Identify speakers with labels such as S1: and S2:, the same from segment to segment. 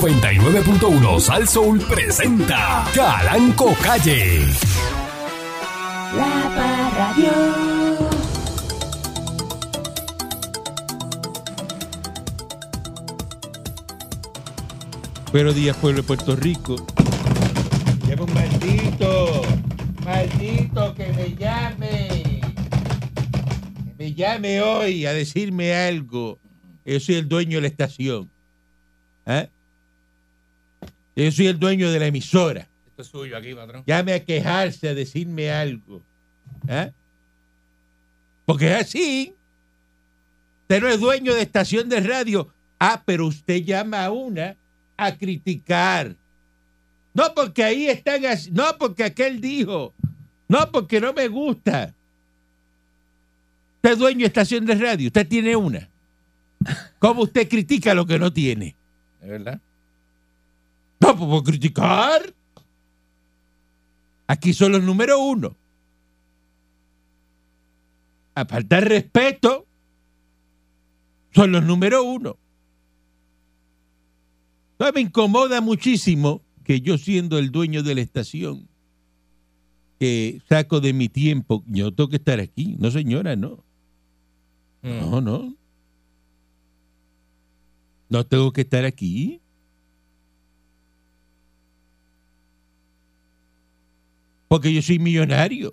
S1: 99.1 Sal Soul presenta Calanco Calle.
S2: La Parradio.
S3: Buenos días, pueblo de Puerto Rico.
S4: Lleva un maldito, maldito que me llame. Que me llame hoy a decirme algo. Yo soy el dueño de la estación. ¿Ah? Yo soy el dueño de la emisora.
S5: Esto es suyo aquí, patrón.
S4: Llame a quejarse, a decirme algo. ¿Ah? Porque es así. Usted no es dueño de estación de radio. Ah, pero usted llama a una a criticar. No porque ahí están, haci- no porque aquel dijo, no porque no me gusta. Usted es dueño de estación de radio, usted tiene una. ¿Cómo usted critica lo que no tiene?
S5: ¿Es verdad?
S4: No, pues por criticar. Aquí son los número uno. A faltar respeto, son los número uno. No, me incomoda muchísimo que yo siendo el dueño de la estación, que saco de mi tiempo, yo tengo que estar aquí. No, señora, no. No, no. No tengo que estar aquí. Porque yo soy millonario.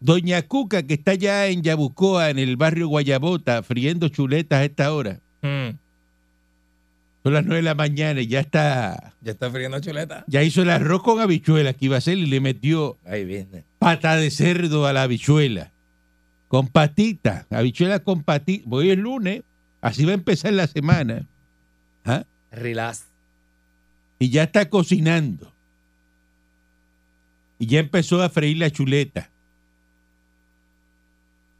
S4: Doña Cuca, que está allá en Yabucoa, en el barrio Guayabota, friendo chuletas a esta hora.
S5: Mm.
S4: Son las nueve de la mañana y ya está.
S5: Ya está friendo chuleta.
S4: Ya hizo el arroz con habichuela que iba a hacer y le metió
S5: Ahí viene.
S4: pata de cerdo a la habichuela. Con patita, habichuela con patita. Hoy es lunes, así va a empezar la semana. ¿Ah?
S5: Relax.
S4: Y ya está cocinando. Y ya empezó a freír la chuleta.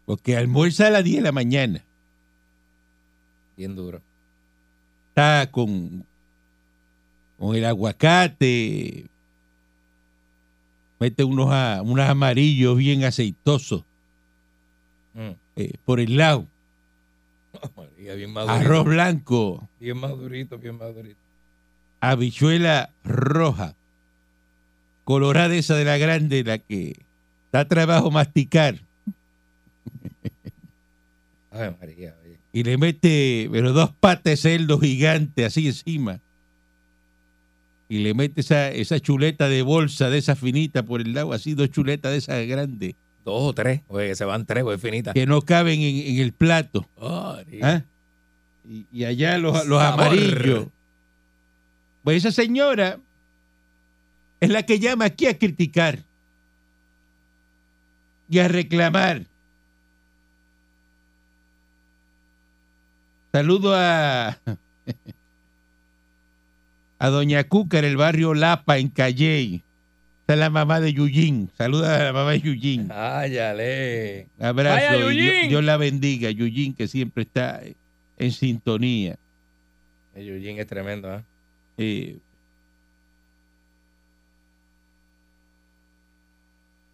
S4: Porque almuerza a las 10 de la mañana.
S5: Bien duro.
S4: Está con, con el aguacate. Mete unos, a- unos amarillos bien aceitosos
S5: Mm.
S4: eh, por el lado.
S5: Oh, María, bien madurito.
S4: Arroz blanco,
S5: Bien madurito, bien madurito.
S4: habichuela roja, colorada esa de la grande, la que da trabajo masticar,
S5: Ay, María, oye.
S4: y le mete, pero dos patas de cerdo gigante así encima, y le mete esa, esa chuleta de bolsa de esa finita por el lado, así dos chuletas de esas grandes,
S5: Dos o tres. Oye, que se van tres, pues finita.
S4: que no caben en, en el plato.
S5: Oh, María.
S4: ¿Ah? Y, y allá los, los
S5: Sabor.
S4: amarillos. Pues esa señora es la que llama aquí a criticar y a reclamar. Saludo a, a Doña Cuca en el barrio Lapa, en Calley. Esta es la mamá de Yuyin. Saluda a la mamá de Yuyin.
S5: Áyale.
S4: Abrazo.
S5: Vaya,
S4: y Dios-
S5: Yuyin.
S4: Dios la bendiga, Yuyin, que siempre está eh, en sintonía.
S5: El Eugene es tremendo, ¿ah?
S4: Eh,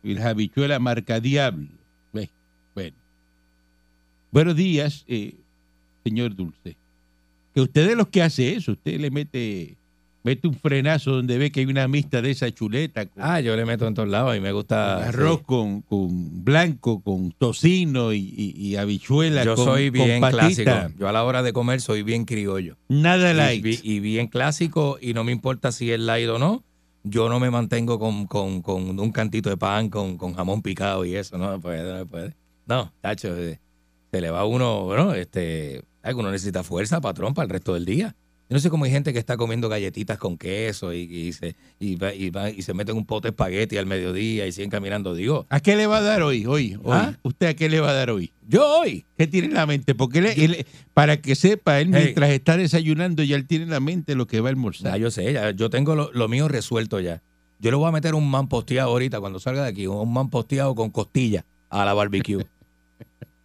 S4: y la habichuela marca diablo. Ve, Bueno. Buenos días, eh, señor Dulce. Que usted es los que hace eso, usted le mete, mete un frenazo donde ve que hay una mista de esa chuleta con
S5: Ah, yo le meto en todos lados y me gusta.
S4: arroz
S5: Ah, sí.
S4: con, con blanco, con tocino y, y- y habichuela.
S5: Yo
S4: con-
S5: soy
S4: con
S5: bien clásico.
S4: patita.
S5: Yo a la hora de comer soy bien criollo.
S4: Nada
S5: Y,
S4: light.
S5: bi- y bien clásico y no me importa si es light o no. Yo no me mantengo con, con- con un cantito de pan, con, con jamón picado y eso. No me puede, no me puede. No, tacho, eh, se le va a uno, bueno, este, ay, uno necesita fuerza, patrón, para el resto del día. Yo no sé cómo hay gente que está comiendo galletitas con queso y, y se, y, va- y va- y se meten un pote de espagueti al mediodía y siguen caminando. Digo,
S4: ¿A qué le va a dar hoy? Hoy, hoy.
S5: ¿Ah?
S4: ¿Usted a qué le va a dar hoy?
S5: yo hoy.
S4: ¿Qué tiene en la mente? Porque él- él- para que sepa, él
S5: Hey.
S4: mientras está desayunando ya él tiene en la mente lo que va a almorzar.
S5: Ya, yo sé, ya, yo tengo lo, lo mío resuelto ya. Yo le voy a meter un man posteado ahorita cuando salga de aquí, un man posteado con costilla a la barbecue.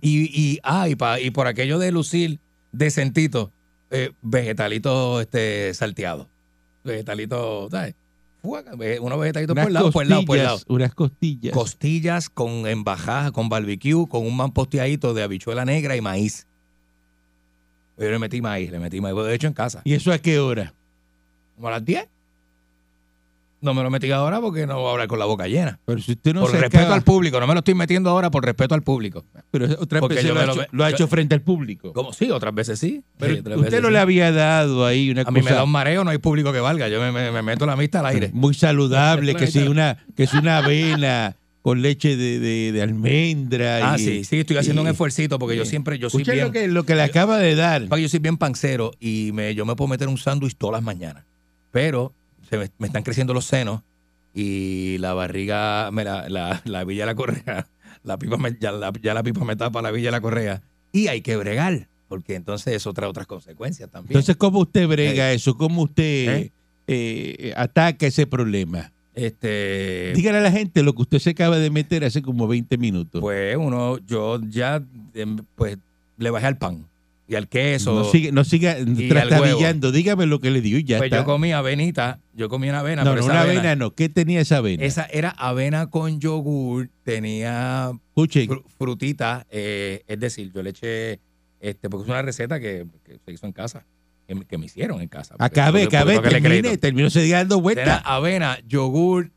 S5: y, y, ah, y, pa- y por aquello de lucir decentito, eh, vegetalitos este, salteados. Vegetalitos, ¿sabes? fuaca, ve- unos vegetaditos
S4: Unas
S5: por lado, por lado, por lado.
S4: costillas, Unas costillas.
S5: Costillas con embajada, con barbecue, con un man posteadito de habichuela negra y maíz. Yo le metí maíz, le metí maíz. De hecho, en casa.
S4: ¿Y eso a qué hora?
S5: Como a las 10. No me lo metí ahora porque no voy a hablar con la boca llena.
S4: Pero si usted no
S5: por
S4: se
S5: respeto
S4: acaba-
S5: al público, no me lo estoy metiendo ahora por respeto al público.
S4: Pero otra
S5: Porque
S4: vez se
S5: yo
S4: lo, ha
S5: me lo
S4: hecho,
S5: ve-
S4: lo ha
S5: yo-
S4: hecho frente al público.
S5: Como sí, otras veces sí.
S4: Pero
S5: Sí, otras
S4: usted
S5: veces
S4: no
S5: sí.
S4: le había dado ahí una
S5: A
S4: cosa
S5: mí me da un mareo, no hay público que valga. Yo me, me- me meto la mista al aire.
S4: muy saludable, que si
S5: Claro.
S4: una, que si una avena con leche de, de- de almendra.
S5: Ah,
S4: y-
S5: sí, sí, estoy haciendo
S4: y-
S5: un esfuercito porque yo siempre, yo soy
S4: Escuche
S5: bien,
S4: lo que, lo que le acaba de dar.
S5: yo soy bien pancero y me, yo me puedo meter un sándwich todas las mañanas. Pero se me, me están creciendo los senos y la barriga, me la, la, la villa de la correa, la pipa me- ya, la, ya la pipa me tapa la villa de la correa y hay que bregar porque entonces eso trae otras consecuencias también.
S4: Entonces, ¿cómo usted brega eso? ¿Cómo usted
S5: ¿Eh?
S4: eh, ataca ese problema?
S5: este,
S4: Dígale a la gente lo que usted se acaba de meter hace como 20 minutos.
S5: Pues uno, yo ya em, pues le bajé al pan y al queso.
S4: no siga, no siga
S5: y
S4: trastabillando. Dígame lo que le dio y ya
S5: pues
S4: está.
S5: yo comí avenita, yo comí una avena,
S4: no,
S5: pero
S4: no,
S5: esa
S4: una
S5: avena,
S4: avena no. ¿Qué tenía esa avena?
S5: esa era avena con yogur, tenía
S4: Escuchen,
S5: fru- frutita, eh, es decir, yo le eché, este, porque es una receta que, que se hizo en casa, que, me- que me hicieron en casa. porque
S4: acabé,
S5: eso- porque
S4: acabé,
S5: tengo que darle
S4: Ah, termine,
S5: crédito.
S4: terminó se diga dando
S5: Era
S4: vueltas.
S5: avena, yogur,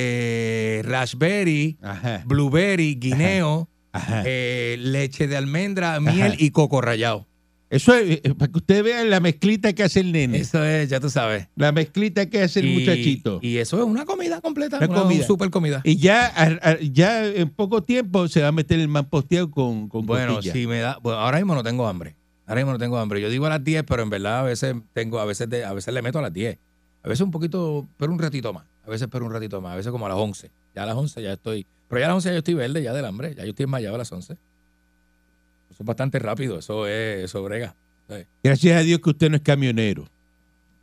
S5: este, raspberry,
S4: Ajá,
S5: blueberry, guineo,
S4: ajá.
S5: eh, leche de almendra, miel
S4: Ajá.
S5: y coco rallado.
S4: Eso es, eh, para que usted vea la mezclita que hace el nene.
S5: Eso es, ya tú sabes.
S4: La mezclita que hace el
S5: Y-
S4: muchachito. Y,
S5: Y eso es una comida completa,
S4: Una
S5: una,
S4: comida.
S5: super comida.
S4: ya, ar- ar- ya en poco tiempo se va a meter el man posteado con, con
S5: bueno,
S4: costillas.
S5: si me da, bueno, ahora mismo no tengo hambre. Ahora mismo no tengo hambre. Yo digo a las 10, pero en verdad a veces tengo, a veces de- a veces le meto a las 10. A veces un poquito, pero un ratito más. A veces pero un ratito más, a veces como a las 11. Ya a las 11 ya estoy, pero ya a las 11 ya yo estoy verde, ya del hambre, ya yo estoy enmayado a las 11. Eso es bastante rápido, eso es eso brega.
S4: Gracias a Dios que usted no es camionero.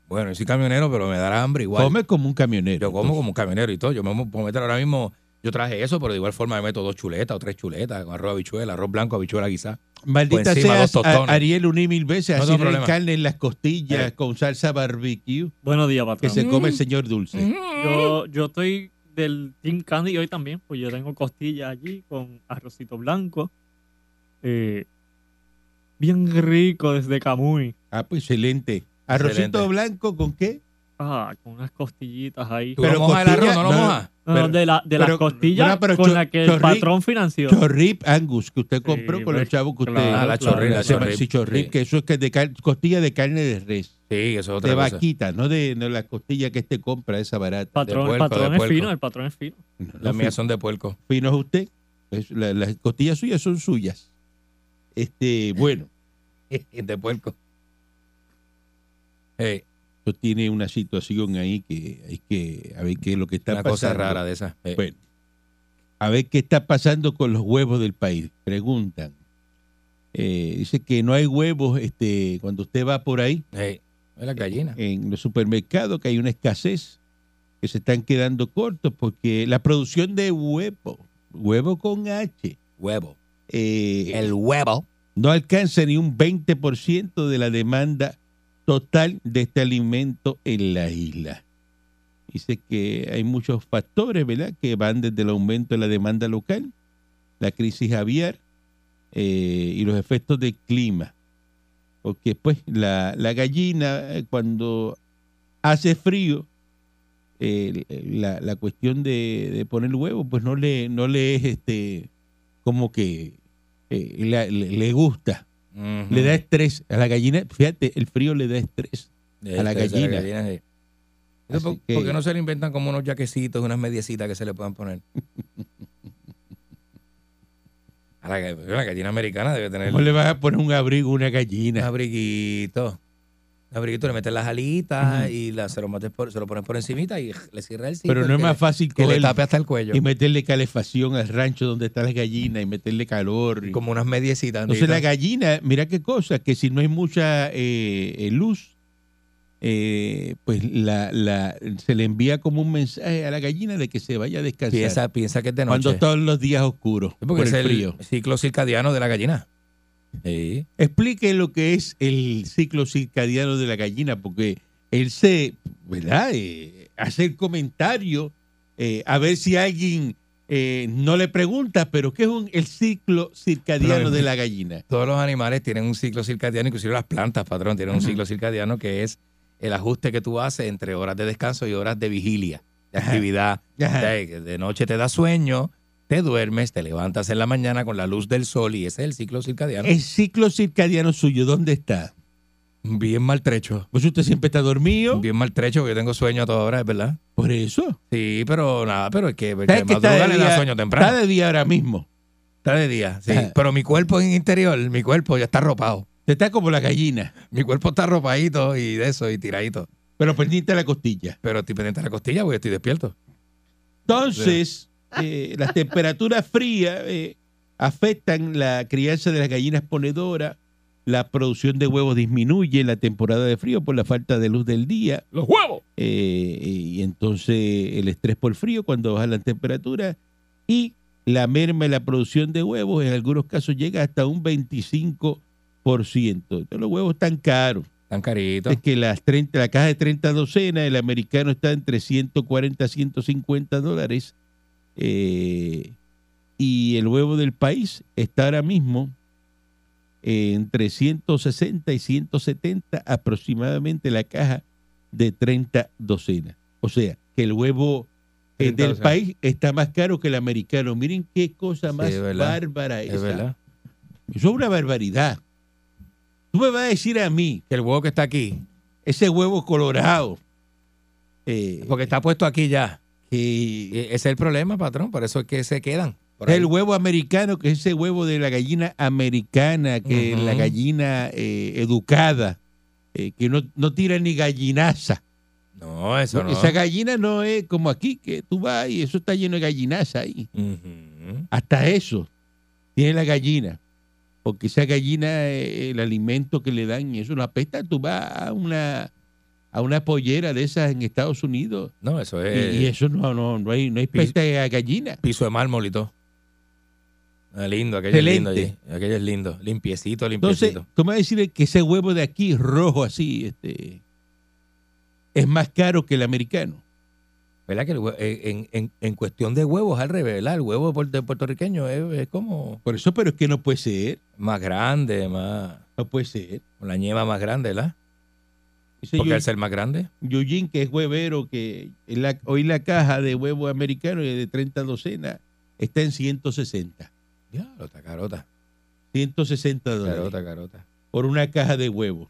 S5: Bueno, yo soy camionero, pero me dará hambre igual.
S4: Come como un camionero.
S5: Yo como como un camionero y todo. Yo me puedo meter ahora mismo. Yo traje eso, pero de igual forma me meto dos chuletas o tres chuletas con arroz habichuela, arroz blanco, habichuela quizá.
S4: Maldita
S5: por encima
S4: sea
S5: dos tostones.
S4: Ariel uní mil veces.
S5: No
S4: así
S5: tengo
S4: no hay
S5: problema.
S4: carne en las costillas
S5: Eh.
S4: con salsa barbecue
S3: Buenos días,
S4: que
S3: patrón.
S4: se come el señor Dulce.
S3: Yo, yo estoy del Team Candy hoy también, pues yo tengo costillas allí con arrocito blanco. Eh, bien rico desde Camuy.
S4: Ah, pues excelente. Arrocito
S5: Excelente.
S4: blanco con qué?
S3: Ah, con unas costillitas ahí.
S5: ¿Tú
S4: Pero
S5: no mojas el
S4: costilla-
S5: arroz? ¿No lo
S4: no, no.
S5: mojas?
S3: No,
S4: pero-
S3: de la, de las
S4: pero-
S3: costillas
S4: bueno, pero
S3: con
S4: cho-
S3: la que
S4: chorri-
S3: el patrón financió.
S4: Chorrip Angus que usted compró
S3: Sí,
S4: con los
S3: pues,
S4: chavos que usted.
S3: claro,
S5: Ah, la
S3: claro.
S5: chorrip, la
S4: Sí,
S5: chorrip.
S4: sí, chorrip,
S5: Sí.
S4: que eso es que es de car- costilla de carne de res.
S5: Sí, eso es
S4: de
S5: otra cosa.
S4: vaquita, no de, no la costilla que este compra, esa barata.
S3: Patrón,
S5: de
S3: el
S5: puerco,
S3: patrón
S5: de
S3: es
S5: puerco.
S3: fino, el patrón es fino.
S4: No,
S5: Las mías son de puerco.
S4: fi- fino es usted. Es- la- las costillas suyas son suyas.
S5: Eh.
S4: Este, bueno,
S5: de puerco. Ey,
S4: esto tiene una situación ahí que hay que a ver qué es lo que está
S5: una cosa
S4: pasando.
S5: rara de esas. Ey.
S4: Bueno, a ver qué está pasando con los huevos del país. Preguntan. Eh, dice que no hay huevos este, cuando usted va por ahí
S5: Ey, es la gallina.
S4: en los supermercados, que hay una escasez, que se están quedando cortos porque la producción de huevos, huevo con H,
S5: Huevo.
S4: eh,
S5: El huevo.
S4: no alcanza ni un 20% de la demanda total de este alimento en la isla. Dice que hay muchos factores, ¿verdad?, que van desde el aumento de la demanda local, la crisis aviar eh, y los efectos del clima. Porque, pues, la, la gallina, eh, cuando hace frío, eh, la, la cuestión de, de poner huevo, pues no le, no le es este, como que eh, la- le, le gusta,
S5: Ujú.
S4: le da estrés. A la gallina, fíjate, el frío le da estrés.
S5: Ey,
S4: a la
S5: esa Este es
S4: gallina.
S5: sí. Eso
S4: Así
S5: por-
S4: que-
S5: Porque no se le inventan como unos jaquecitos, unas mediecitas que se le puedan poner. A la, ga- la gallina americana debe tener
S4: ¿Cómo le vas a poner un abrigo a una
S5: un
S4: gallina?
S5: abriguito. Un abriguito, le meten las alitas
S4: Ujú.
S5: y la- se, lo metes por- se lo ponen por encimita y le cierra el sitio.
S4: Pero no es
S5: que
S4: más
S5: le-
S4: fácil
S5: Que le
S4: cogerlo
S5: tape hasta el cuello.
S4: y meterle calefacción al rancho donde está la gallina y meterle calor. y-
S5: Como unas mediecitas.
S4: Entonces la
S5: amiguito.
S4: gallina, mira qué cosa, que si no hay mucha eh, eh, luz, eh, pues la, la- se le envía como un mensaje a la gallina de que se vaya a descansar.
S5: piensa, piensa que es de noche.
S4: cuando todos los días oscuros,
S5: Sí,
S4: por
S5: porque
S4: el
S5: es el
S4: frío.
S5: ciclo circadiano de la gallina. Sí.
S4: Explique lo que es el ciclo circadiano de la gallina, porque él se, ¿verdad? Eh, hace el comentario, eh, a ver si alguien eh, no le pregunta, pero ¿qué es un- el ciclo circadiano
S5: Pero-
S4: de la gallina?
S5: Todos los animales tienen un ciclo circadiano, inclusive las plantas, patrón, tienen un ciclo circadiano que es el ajuste que tú haces entre horas de descanso y horas de vigilia, de
S4: Ajá.
S5: actividad.
S4: Ajá.
S5: O sea, que De noche te da sueño, te duermes, te levantas en la mañana con la luz del sol y ese es el ciclo circadiano.
S4: El ciclo circadiano suyo, ¿dónde está?
S5: Bien maltrecho.
S4: Pues usted siempre está dormido.
S5: Bien maltrecho, porque yo tengo sueño a toda hora, es verdad.
S4: Por eso.
S5: Sí, pero nada, pero es que, el
S4: ¿Sabes
S5: que
S4: que está
S5: madruga
S4: de
S5: le da
S4: día-
S5: sueño temprano.
S4: Está de día ahora mismo.
S5: Está de día, sí.
S4: Ajá.
S5: Pero mi cuerpo en interior, mi cuerpo ya está arropado.
S4: Usted está como la gallina,
S5: Mi cuerpo está arropadito y de eso, y tiradito.
S4: pero pendiente a la costilla.
S5: Pero estoy pendiente de la costilla porque estoy despierto.
S4: Entonces, eh, las temperaturas frías eh, afectan la crianza de las gallinas ponedoras, la producción de huevos disminuye en la temporada de frío por la falta de luz del día.
S5: ¡Los huevos!
S4: eh, y entonces el estrés por frío cuando bajan las temperaturas y la merma en la producción de huevos en algunos casos llega hasta un 25%. Entonces, los huevos están caros.
S5: Tan carito.
S4: Es que las 30, la caja de 30 docenas, el americano está entre 140 a 150 dólares. eh, y el huevo del país está ahora mismo eh, entre 160 y 170 aproximadamente la caja de 30 docenas. O sea, que el huevo eh,
S5: 30
S4: del
S5: docenas.
S4: país está más caro que el americano. Miren qué cosa más
S5: es verdad.
S4: bárbara
S5: Es
S4: esa.
S5: verdad.
S4: Eso es una barbaridad. Tú me vas a decir a mí
S5: Que el huevo que está aquí,
S4: ese huevo colorado. eh,
S5: porque está puesto aquí ya.
S4: que
S5: E- Ese es el problema, patrón. Por eso es que se quedan. Por
S4: es
S5: ahí.
S4: el huevo americano, que es ese huevo de la gallina americana, que
S5: Ujú.
S4: la gallina eh, educada, eh, que no, no tira ni gallinaza.
S5: No, eso no.
S4: Esa gallina no es como aquí, que tú vas y eso está lleno de gallinaza ahí.
S5: Ujú.
S4: Hasta eso tiene la gallina. Porque esa gallina, eh, el alimento que le dan, y eso la apesta. Tú vas a una, a una pollera de esas en Estados Unidos
S5: No, eso
S4: Y,
S5: es
S4: y eso no, no, no hay, no hay
S5: Pis-
S4: peste a gallina.
S5: piso de mármol y todo. Ah, lindo, aquello es lindo
S4: Excelente.
S5: allí. Aquello es lindo. Limpiecito,
S4: Entonces,
S5: limpiecito.
S4: tú me vas a decir que ese huevo de aquí, rojo así, este, es más caro que el americano.
S5: ¿Verdad que el hue- eh, en, en- en cuestión de huevos al revés, ¿verdad? El huevo puer- de puertorriqueño es, es como
S4: Por eso, pero es que no puede ser,
S5: más grande, más
S4: no puede ser.
S5: con la ñema más grande, ¿verdad?
S4: Dice
S5: Porque
S4: Yu-
S5: al ser más grande,
S4: Yujin, que es huevero, que en la- hoy la caja de huevo americano de 30 docenas está en 160.
S5: ya, está carota,
S4: 160 dólares
S5: carota, carota.
S4: por una caja de huevo.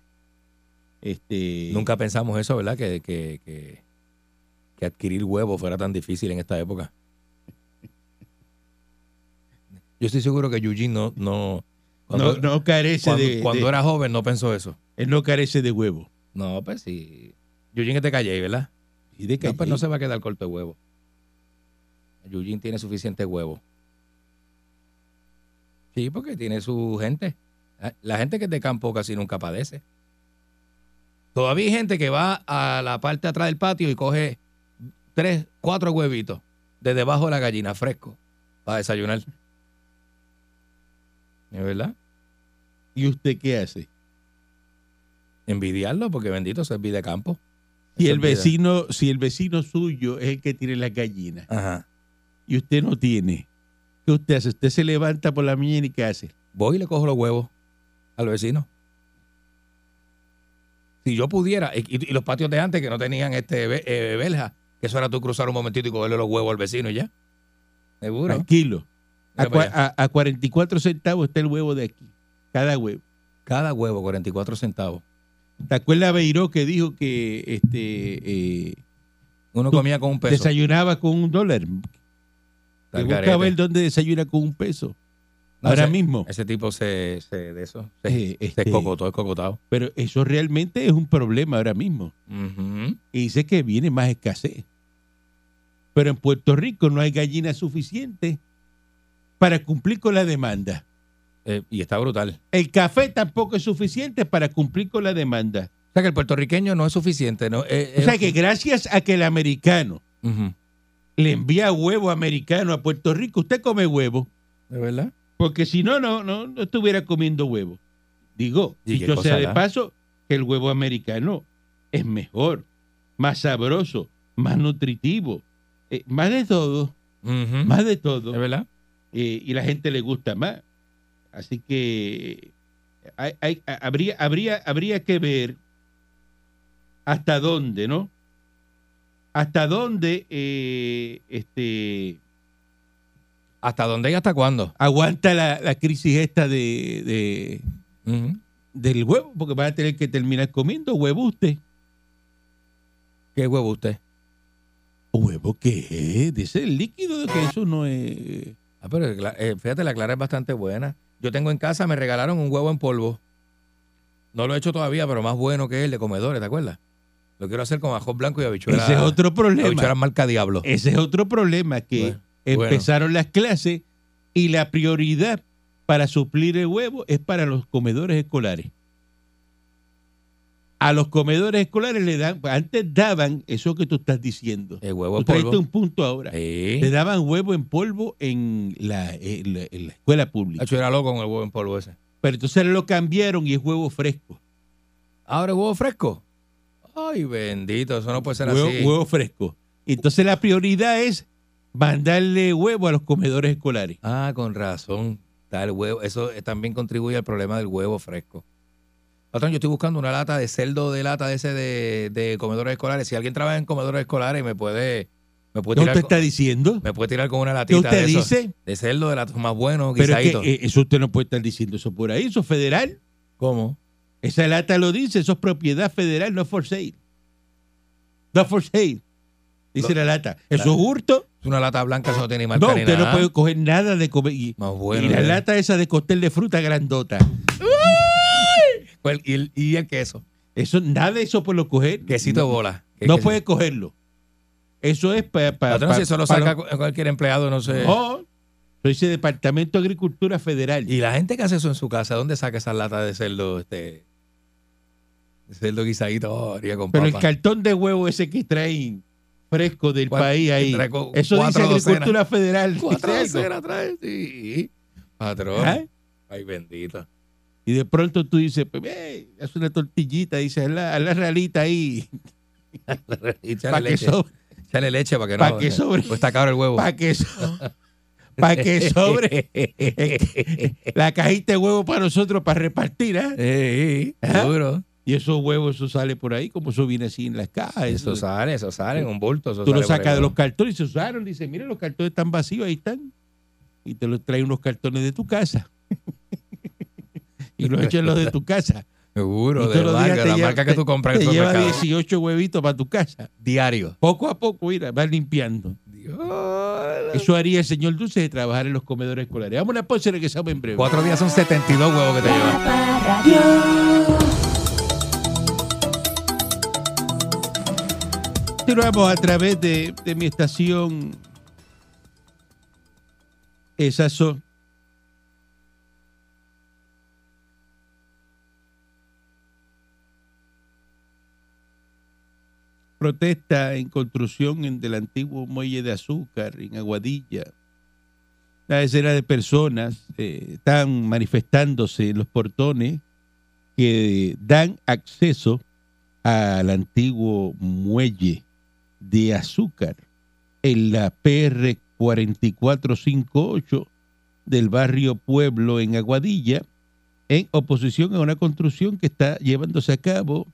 S4: Este,
S5: Nunca pensamos eso, ¿verdad? Que, que, que, que adquirir huevos fuera tan difícil en esta época. Yo estoy seguro que Eugene no... no cuando,
S4: no, no carece
S5: cuando-
S4: de,
S5: cuando
S4: de-
S5: era joven no pensó eso.
S4: él no carece de huevo.
S5: No, pues sí. Eugene es de Calle, ¿verdad?
S4: Y de
S5: No, pues
S4: calle.
S5: no se va a quedar corto de huevo. Eugene tiene suficiente huevo. Sí, porque tiene su gente. La- La gente que es de campo casi nunca padece. Todavía hay gente que va a la parte de atrás del patio y coge tres, cuatro huevitos de debajo de la gallina fresco para desayunar. ¿Es verdad?
S4: ¿Y usted qué hace?
S5: Envidiarlo porque bendito eso es vida de campo.
S4: Si
S5: Eso
S4: el
S5: es vida.
S4: vecino, si el vecino suyo es el que tiene las gallinas
S5: Ajá.
S4: y usted no tiene, ¿qué usted hace? Usted se levanta por la mañana y ¿qué hace?
S5: voy y le cojo los huevos al vecino. Si yo pudiera, y, y- y los patios de antes que no tenían este ve- eh, belja, que eso era tú cruzar un momentito y cogerle los huevos al vecino y ya. Seguro.
S4: Tranquilo. A,
S5: Mira
S4: cua-
S5: para allá.
S4: a- a 44 centavos está el huevo de aquí, cada huevo.
S5: Cada huevo, 44 centavos.
S4: ¿Te acuerdas Beiró que dijo que este eh,
S5: Uno
S4: Tú
S5: comía con un peso.
S4: desayunaba con un dólar?
S5: Tal
S4: Que
S5: garete.
S4: buscaba el donde desayuna con un peso.
S5: No,
S4: Ahora
S5: ese-
S4: mismo.
S5: Ese tipo se, se- de eso, se,
S4: Eh,
S5: se
S4: este,
S5: escocotó, escocotado.
S4: pero eso realmente es un problema ahora mismo.
S5: Ujú.
S4: y dice que viene más escasez. Pero en Puerto Rico no hay gallinas suficientes para cumplir con la demanda.
S5: Eh, y está brutal.
S4: El café tampoco es suficiente para cumplir con la demanda.
S5: O sea que el puertorriqueño no es suficiente. ¿no? Eh,
S4: O
S5: eh,
S4: sea que gracias a que el americano
S5: ujú.
S4: le envía huevo americano a Puerto Rico, usted come huevo,
S5: ¿De verdad?
S4: porque si no, no, no, no estuviera comiendo huevo. Digo,
S5: Y
S4: y
S5: qué
S4: yo
S5: cosa
S4: sea de
S5: da.
S4: paso que el huevo americano es mejor, más sabroso, más nutritivo, eh, más de todo,
S5: Ujú.
S4: más de todo.
S5: ¿Es verdad?
S4: eh, y la gente le gusta más. Así que hay- hay- a- habría, habría, habría que ver hasta dónde, ¿no? Hasta dónde eh, este,
S5: ¿Hasta dónde y hasta cuándo?
S4: aguanta la, la crisis esta de, de-
S5: Ujú.
S4: del huevo, porque van a tener que terminar comiendo huevo usted.
S5: ¿Qué huevo usted?
S4: ¿Huevo qué? Dice el líquido de que eso no es...
S5: Ah, pero la- eh, fíjate, la clara es bastante buena. Yo tengo en casa, me regalaron un huevo en polvo. No lo he hecho todavía, pero más bueno que el de comedores, ¿te acuerdas? Lo quiero hacer con ajos blanco y habichuelas.
S4: Ese es otro problema. Eh,
S5: Habichuelas marca diablo.
S4: Ese es otro problema, que
S5: Bueno,
S4: empezaron las clases y la prioridad para suplir el huevo es para los comedores escolares. A los comedores escolares le dan, antes daban eso que tú estás diciendo.
S5: El Eh, huevo
S4: Tú
S5: en
S4: traiste
S5: polvo. Eh.
S4: un punto ahora.
S5: Sí.
S4: Le daban huevo en polvo en la, en la- en la escuela pública.
S5: Hacho, era loco con el huevo en polvo ese.
S4: Pero entonces lo cambiaron y es huevo fresco.
S5: Ahora huevo fresco. Ay, bendito, eso no puede ser
S4: Huevo,
S5: así.
S4: huevo fresco. Entonces la prioridad es mandarle huevo a los comedores escolares.
S5: Ah, con razón. Está el huevo. Eso eh, también contribuye al problema del huevo fresco. Patrón, yo estoy buscando una lata de cerdo de lata de ese de, de comedores escolares. Si alguien trabaja en comedores escolares, me puede, me puede
S4: ¿Qué
S5: Pues tirar.
S4: usted
S5: con-
S4: está diciendo?
S5: Me puede tirar con una
S4: ¿Qué
S5: latita
S4: usted
S5: de esos.
S4: dice?
S5: De cerdo de latos más buenos,
S4: Pero es
S5: guisaditos.
S4: que eh, eso usted no puede estar diciendo eso por ahí, eso es federal.
S5: ¿Cómo?
S4: Esa lata lo dice, eso es propiedad federal, no es for sale. No es for sale, dice la lata. Eso es hurto.
S5: Es una lata blanca, eso no tiene marca
S4: No,
S5: ni
S4: usted no
S5: nada.
S4: puede coger nada de comer. Y,
S5: Más bueno. eh.
S4: y la
S5: ¿verdad?
S4: lata esa de costel de fruta grandota.
S5: ¿Cuál- Y el, y el queso.
S4: Eso, nada de eso puede coger.
S5: Quesito de
S4: no,
S5: bola.
S4: no
S5: Queso.
S4: puede cogerlo. Eso es para...
S5: Patrón, si eso lo saca eh. cu- cualquier empleado, no sé.
S4: No, lo dice Departamento de Agricultura Federal.
S5: Y la gente que hace eso en su casa, ¿dónde saca esas latas de cerdo, este, de cerdo guisadito, oh, haría con
S4: Pero el
S5: papa?
S4: cartón de huevo ese que traen fresco del
S5: Cuatro-
S4: país ahí.
S5: que trae cu-
S4: Eso dice
S5: cuatro
S4: Agricultura Federal. dice
S5: Cuatro
S4: algo.
S5: docenas trae, sí. Patrón.
S4: Ajá.
S5: Ay, bendito.
S4: Y de pronto tú dices, pues, hey, haz una tortillita, dices, haz la, haz la realita ahí. Para
S5: Echale
S4: que,
S5: leche.
S4: sobre,
S5: Échale leche para que no.
S4: pa' que sobre.
S5: Pues está caro el huevo.
S4: pa' que, so- pa' que sobre ¿Eh? la cajita de huevo para nosotros, para repartir.
S5: Eh,
S4: ¿ah?
S5: Ey,
S4: Ajá.
S5: duro.
S4: Y esos huevos, eso sale por ahí, como eso viene así en las cajas.
S5: Eso
S4: eso-
S5: sale, eso sale en un bulto. eso
S4: Tú lo
S5: sale por ahí,
S4: sacas de
S5: ¿no?
S4: los cartones y se usaron. Dice, mira, los cartones están vacíos, ahí están. Y te los trae unos cartones de tu casa. y los echas los de tu casa.
S5: Seguro,
S4: y todos
S5: de
S4: los
S5: marca,
S4: días te
S5: la
S4: lleva-
S5: marca que tú compras en
S4: Te
S5: el
S4: lleva
S5: supermercado.
S4: 18 huevitos para tu casa.
S5: Diario.
S4: Poco a poco, mira, vas limpiando. Eso haría el señor Dulce de trabajar en los comedores escolares. Vamos a una pausa y regresamos en breve.
S5: Cuatro días son 72 huevos que te llevan.
S2: La Parra Radio.
S4: Continuamos a través de, de mi estación. Esas son. Protesta en construcción en del antiguo muelle de azúcar en Aguadilla. Una decena de personas eh, están manifestándose en los portones que dan acceso al antiguo muelle de azúcar en la PR 4458 del barrio Pueblo en Aguadilla, en oposición a una construcción que está llevándose a cabo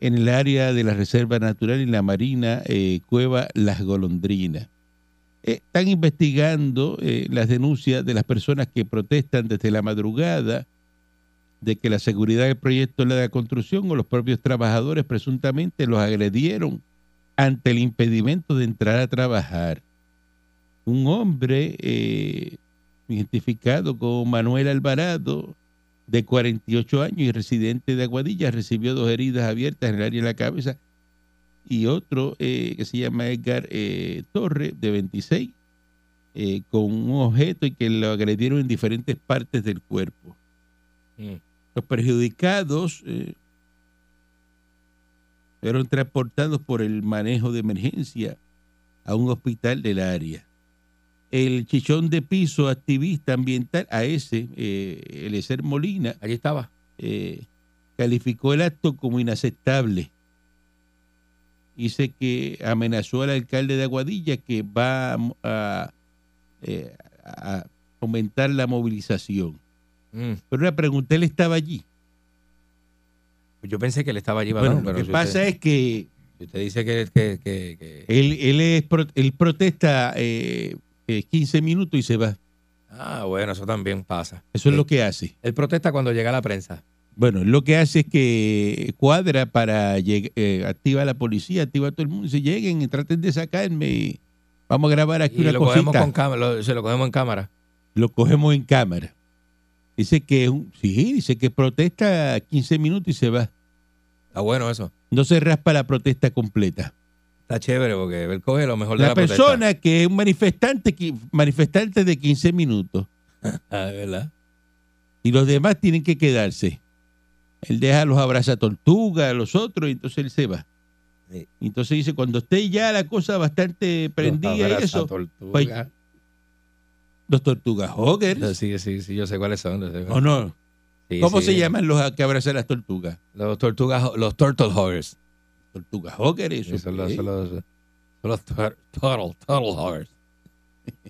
S4: en el área de la Reserva Natural y la Marina eh, Cueva Las Golondrinas. Eh, Están investigando eh, las denuncias de las personas que protestan desde la madrugada de que la seguridad del proyecto de la construcción o los propios trabajadores presuntamente los agredieron ante el impedimento de entrar a trabajar. Un hombre eh, identificado como Manuel Alvarado, de 48 años y residente de Aguadilla, recibió dos heridas abiertas en el área de la cabeza y otro eh, que se llama Edgar eh, Torre, de 26, eh, con un objeto y que lo agredieron en diferentes partes del cuerpo.
S5: Mm.
S4: Los perjudicados eh, fueron transportados por el manejo de emergencia a un hospital del área. El chichón de piso activista ambiental, a ese, eh, Eliezer Molina,
S5: Aquí estaba.
S4: eh, calificó el acto como inaceptable dice que amenazó al alcalde de Aguadilla que va a, mo- a, eh, a aumentar la movilización.
S5: Mm.
S4: Pero le pregunté, él estaba allí.
S5: Yo pensé que él estaba allí,
S4: Bueno,
S5: Badán, pero
S4: lo que
S5: si
S4: pasa
S5: usted,
S4: es que
S5: si usted dice que, que- que- que-
S4: él, él, es pro- él protesta eh, eh, 15 minutos y se va.
S5: Ah, bueno, eso también pasa.
S4: Eso es lo que hace.
S5: Él protesta cuando llega la prensa.
S4: Bueno, lo que hace es que cuadra para lleg- eh, activa a la policía, activa a todo el mundo. Si lleguen y traten de sacarme, y vamos a grabar aquí
S5: Y
S4: una
S5: lo
S4: cosita.
S5: cogemos, con cámara, lo- se lo cogemos en cámara.
S4: Lo cogemos en cámara. Dice que es un- sí, dice que protesta 15 minutos y se va.
S5: Está bueno eso.
S4: No se raspa la protesta completa.
S5: Está chévere porque él coge lo mejor de
S4: La,
S5: la protesta.
S4: persona que es un manifestante, qui- manifestante de 15 minutos
S5: Ah, de ¿verdad?
S4: y los demás tienen que quedarse. Él deja los abraza tortuga a los otros y entonces él se va.
S5: Sí.
S4: Entonces dice, cuando esté ya la cosa bastante prendida y
S5: Abraza
S4: eso,
S5: tortuga.
S4: pues, los tortugas
S5: No,
S4: joggers.
S5: Sí, sí, sí, yo sé cuáles son. yo sé
S4: ¿O
S5: cuáles-
S4: no?
S5: Sí,
S4: ¿Cómo
S5: sí.
S4: se llaman los que abrazan las tortugas?
S5: Los tortugas, los turtle hoggers.
S4: Tortugas joggers, eso.
S5: Sí, Son los,
S4: ¿eh?
S5: son los, son los tur- turtle, turtle hoggers.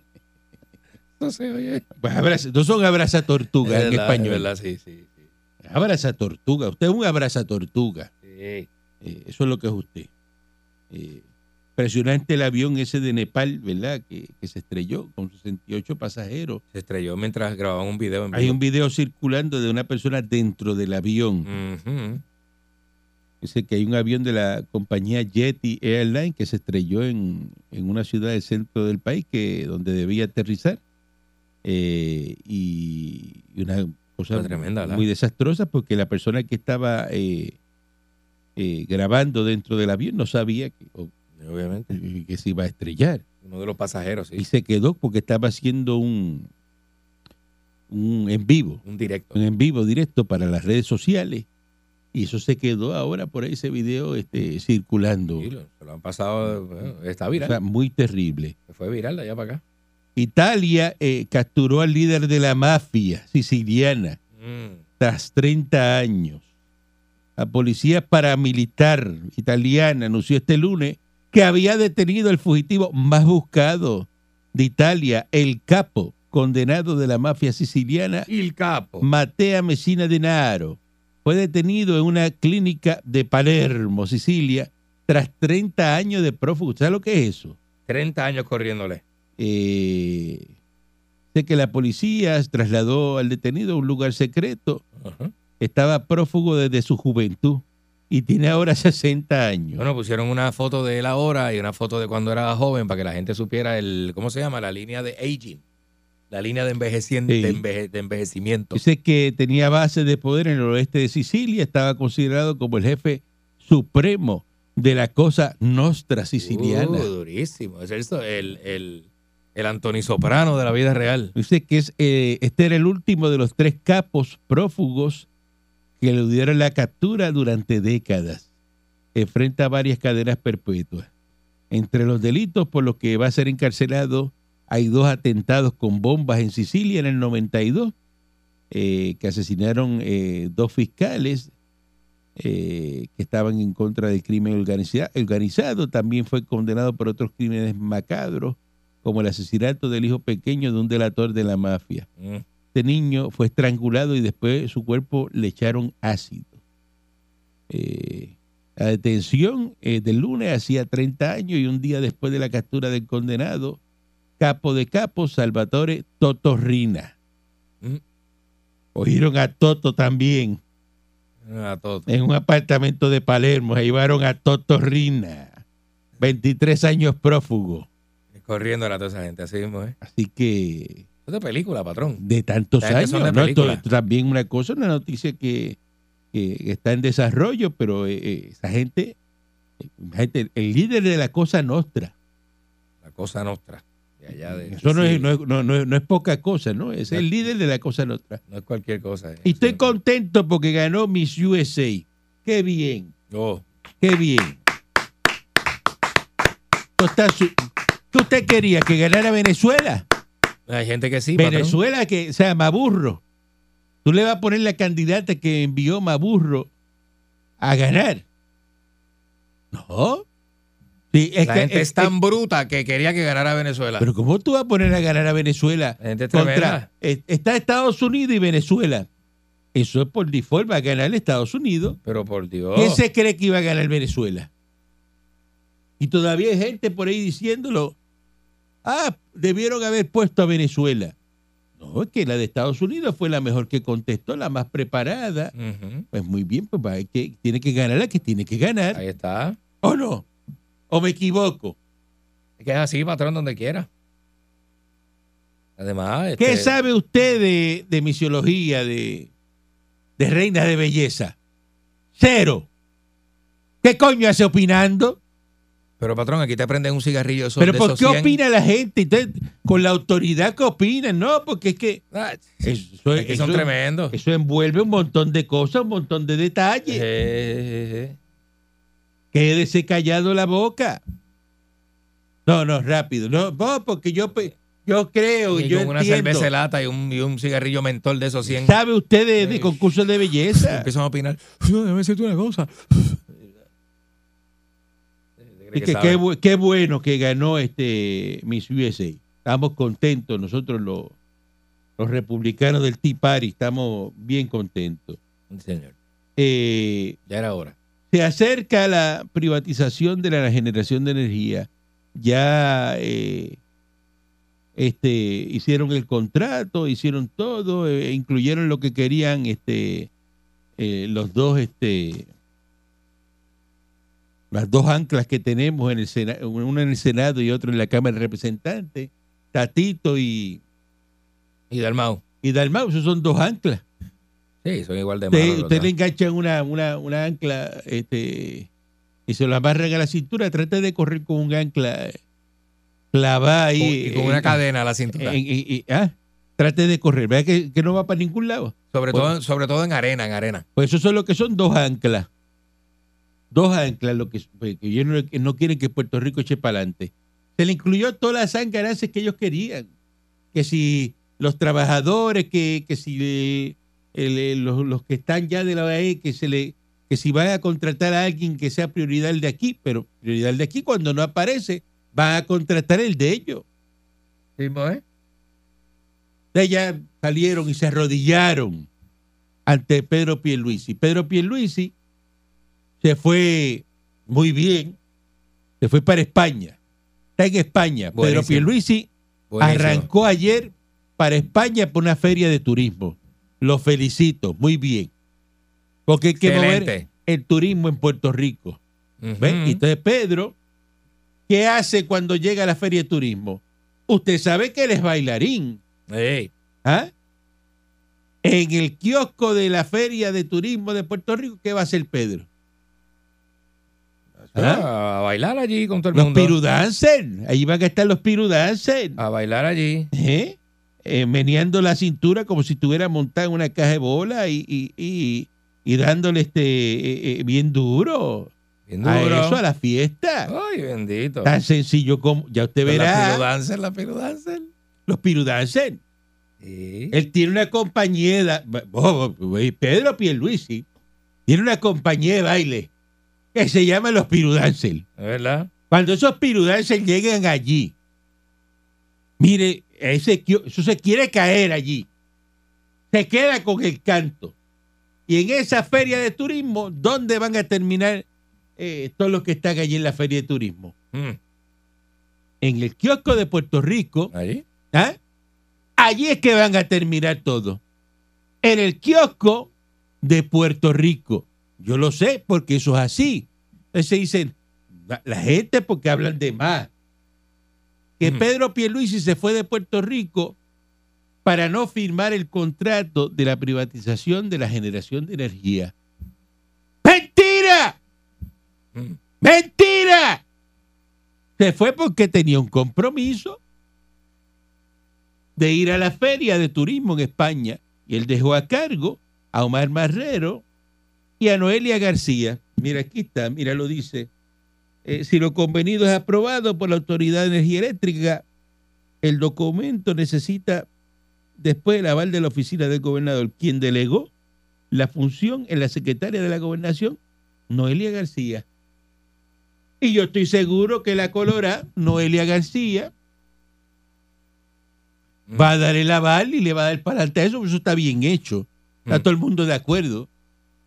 S5: No sé, oye.
S4: Pues abraza- no son abraza tortuga en
S5: verdad,
S4: español.
S5: verdad, sí, sí, sí.
S4: Abraza tortuga. Usted es un abraza tortuga.
S5: Sí.
S4: Eh, eso es lo que es usted. Eh, impresionante el avión ese de Nepal, ¿verdad? Que, que se estrelló con 68 pasajeros.
S5: Se estrelló mientras grababan un video en
S4: Hay
S5: vivo.
S4: un video circulando de una persona dentro del avión.
S5: Mm. Ujú.
S4: Dice que hay un avión de la compañía Jetty Airlines que se estrelló en, en una ciudad del centro del país que donde debía aterrizar. Eh, y y una cosa
S5: Fue tremenda, ¿verdad?
S4: muy desastrosa porque la persona que estaba eh, eh, grabando dentro del avión no sabía que, o-
S5: Obviamente.
S4: que se iba a estrellar.
S5: Uno de los pasajeros,
S4: Y
S5: sí.
S4: se quedó porque estaba haciendo un, un en vivo
S5: Un directo.
S4: en vivo directo para las redes sociales y eso se quedó ahora por ahí ese video este, circulando.
S5: Sí, lo- se lo han pasado. bueno, está viral.
S4: O sea, muy terrible.
S5: fue viral de allá para acá.
S4: Italia eh, capturó al líder de la mafia siciliana Mm. tras 30 años. La policía paramilitar italiana anunció este lunes que había detenido al fugitivo más buscado de Italia, el capo condenado de la mafia siciliana
S5: Y el capo.
S4: Mm. Matea Messina Denaro fue detenido en una clínica de Palermo, Sicilia, tras 30 años de prófugo. ¿Sabes lo que es eso?
S5: 30 años corriéndole.
S4: Eh, sé que la policía trasladó al detenido a un lugar secreto. Estaba prófugo desde su juventud y tiene ahora 60 años.
S5: Bueno, pusieron una foto de él ahora y una foto de cuando era joven para que la gente supiera el, ¿cómo se llama? La línea de aging. La línea de, envejecien-
S4: Sí.
S5: de, enveje- de envejecimiento.
S4: Dice que tenía base de poder en el oeste de Sicilia. Estaba considerado como el jefe supremo de la cosa nostra siciliana.
S5: Uh, durísimo. Es eso, el, el, el Anthony Soprano de la vida real.
S4: Dice que es, eh, este era el último de los tres capos prófugos que le dieron la captura durante décadas. Enfrenta varias cadenas perpetuas. Entre los delitos por los que va a ser encarcelado hay dos atentados con bombas en Sicilia en el 92 eh, que asesinaron eh, dos fiscales eh, que estaban en contra del crimen organiza- organizado. También fue condenado por otros crímenes macabros como el asesinato del hijo pequeño de un delator de la mafia.
S5: Mm.
S4: Este niño fue estrangulado y después su cuerpo le echaron ácido. Eh, la detención eh, del lunes hacía 30 años y un día después de la captura del condenado, capo de capo, Salvatore Totorrina.
S5: Mm.
S4: Cogieron a Toto también
S5: Ah, todo.
S4: en un apartamento de Palermo. Se llevaron a Totorrina, 23 años prófugo.
S5: Corriendo a toda esa gente, así mismo, ¿eh?
S4: Así que
S5: Esto Es de película, patrón.
S4: de tantos
S5: La gente
S4: años.
S5: son de
S4: ¿no? Esto-
S5: película.
S4: esto también una cosa, una noticia que, que está en desarrollo, pero eh, eh, esa gente, eh, gente, el líder de la cosa nostra,
S5: La cosa nostra. De allá de
S4: eso no es,
S5: Sicilia.
S4: no, es, no- no es- no es poca cosa, ¿no? Es el
S5: Exacto.
S4: líder de la cosa nostra.
S5: No es cualquier cosa. ¿eh?
S4: Y estoy
S5: Sí.
S4: contento porque ganó Miss USA. Qué bien,
S5: Oh,
S4: qué bien. Tú, estás su- ¿Tú usted quería que ganara Venezuela?
S5: hay gente que sí, patrón.
S4: Venezuela que o sea Maburro. Tú le vas a poner la candidata que envió Maburro a ganar. No, Sí, es
S5: la
S4: que-
S5: gente
S4: es-
S5: es tan
S4: es-
S5: bruta que quería que ganara Venezuela.
S4: pero ¿cómo tú vas a poner a ganar a Venezuela?
S5: la gente es tremenda.
S4: Contra, es- está Estados Unidos y Venezuela. Eso es por default, va a ganar Estados Unidos.
S5: Pero por Dios.
S4: ¿Quién se cree que iba a ganar Venezuela? Y todavía hay gente por ahí diciéndolo. Ah, debieron haber puesto a Venezuela. No, es que la de Estados Unidos fue la mejor que contestó, la más preparada.
S5: Ujú.
S4: Pues muy bien, pues va, hay que, tiene que ganar la que tiene que ganar.
S5: Ahí está.
S4: ¿O no? ¿O me equivoco?
S5: Es que es así, patrón, donde quiera. Además,
S4: ¿Qué
S5: este,
S4: sabe usted de, de misiología, de, de reinas de belleza? Cero. ¿Qué coño hace opinando?
S5: Pero patrón, aquí te prenden un cigarrillo. Eso,
S4: ¿Pero
S5: de
S4: por
S5: esos
S4: qué
S5: 100.
S4: opina la gente? Entonces, con la autoridad que opinan, no, porque es que
S5: Ah,
S4: eso,
S5: es que son
S4: eso-
S5: tremendos.
S4: eso envuelve un montón de cosas, un montón de detalles.
S5: Eh, eh, eh.
S4: Quédese callado la boca. No, no, rápido. No, no, porque yo, pe- yo creo,
S5: Y
S4: yo
S5: con una
S4: entiendo.
S5: cerveza de lata y un, y un cigarrillo mentor de esos 100.
S4: ¿Sabe usted de, de
S5: Eh,
S4: concursos de belleza?
S5: Empiezan a opinar.
S3: Déjame decirte una cosa.
S4: Y que qué, bu- qué bueno que ganó este Miss USA. Estamos contentos nosotros los, los republicanos del Tea Party, estamos bien contentos.
S5: Señor,
S4: Eh,
S5: ya era hora.
S4: se acerca la privatización de la generación de energía. Ya eh, este, hicieron el contrato, hicieron todo, eh, incluyeron lo que querían este, eh, los dos, este, las dos anclas que tenemos en el Senado, una en el Senado y otra en la Cámara de Representantes, Tatito y,
S5: Y Dalmau.
S4: y Dalmau, esos son dos anclas.
S5: Sí, son igual de malos.
S4: Usted,
S5: los
S4: usted
S5: dos.
S4: le enganchan una, una, una ancla este, y se lo amarran a la cintura. Trate de correr con un ancla eh, clavada
S5: Con-
S4: ahí.
S5: y con una
S4: eh,
S5: cadena a la
S4: en-
S5: cintura.
S4: en- en- en- ah, trate de correr. Vea que, que no va para ningún lado.
S5: sobre,
S4: bueno.
S5: todo, sobre todo en arena, en arena.
S4: Pues eso son lo que son dos anclas. Dos anclas, lo que, pues, que ellos no, que no quieren que Puerto Rico eche para adelante. Se le incluyó todas las ganancias que ellos querían. Que si los trabajadores, que, que si eh, el, eh, los, los que están ya de la OAE, que se le que si van a contratar a alguien que sea prioridad el de aquí, pero prioridad el de aquí cuando no aparece, van a contratar el de ellos. ¿eh? De allá salieron y se arrodillaron ante Pedro Pierluisi. Pedro Pierluisi se fue muy bien, se fue para España. Está en España. Pedro
S5: Buenísimo.
S4: Pierluisi
S5: Buenísimo.
S4: arrancó ayer para España por una feria de turismo. Lo felicito, muy bien. Porque hay que mover
S5: Excelente.
S4: el turismo en Puerto Rico.
S5: Ujú.
S4: ¿Ve? Y Entonces, Pedro, ¿qué hace cuando llega a la feria de turismo? Usted sabe que él es bailarín.
S5: Ey,
S4: ¿Ah? En el kiosco de la Feria de Turismo de Puerto Rico, ¿qué va a hacer Pedro? ¿Ah?
S5: A bailar allí con todo el
S4: Los
S5: mundo. Ah.
S4: pirudancer. Ahí van a estar los pirudancer.
S5: A bailar allí.
S4: ¿eh? Eh, meneando la cintura como si estuviera montada en una caja de bola y, y- y- y dándole este eh, eh, bien duro,
S5: Bien
S4: a
S5: duro.
S4: eso, a la fiesta.
S5: Ay, bendito.
S4: Tan sencillo como, ya usted
S5: La
S4: verá,
S5: pirudancer, la pirudancer.
S4: los pirudancer.
S5: Sí.
S4: Él tiene una compañera, oh, oh, güey, Pedro Pierluisi, tiene una compañía de baile que se llama Los Pirudancel.
S5: Es verdad.
S4: Cuando esos Pirudancel llegan allí, mire, ese, kio- eso se quiere caer allí. Se queda con el canto. Y en esa feria de turismo, ¿dónde van a terminar eh, todos los que están allí en la feria de turismo?
S5: Mm.
S4: En el kiosco de Puerto Rico,
S5: Allí.
S4: ¿Ah? Allí es que van a terminar todo. En el kiosco de Puerto Rico. Yo lo sé porque eso es así. Entonces dicen, la, la gente porque hablan de más. Que
S5: Mm.
S4: Pedro Pierluisi se fue de Puerto Rico para no firmar el contrato de la privatización de la generación de energía. ¡Mentira!
S5: Mm.
S4: ¡Mentira! Se fue porque tenía un compromiso de ir a la feria de turismo en España y él dejó a cargo a Omar Marrero y a Noelia García. Mira, aquí está, mira, lo dice. Eh, si lo convenido es aprobado por la Autoridad de Energía Eléctrica, el documento necesita después el aval de la oficina del gobernador, quien delegó la función en la secretaria de la gobernación, Noelia García. Y yo estoy seguro que la colorá, Noelia García,
S5: Mm.
S4: va a dar el aval y le va a dar para adelante a eso, porque eso está bien hecho. Está
S5: Mm.
S4: todo el mundo de acuerdo.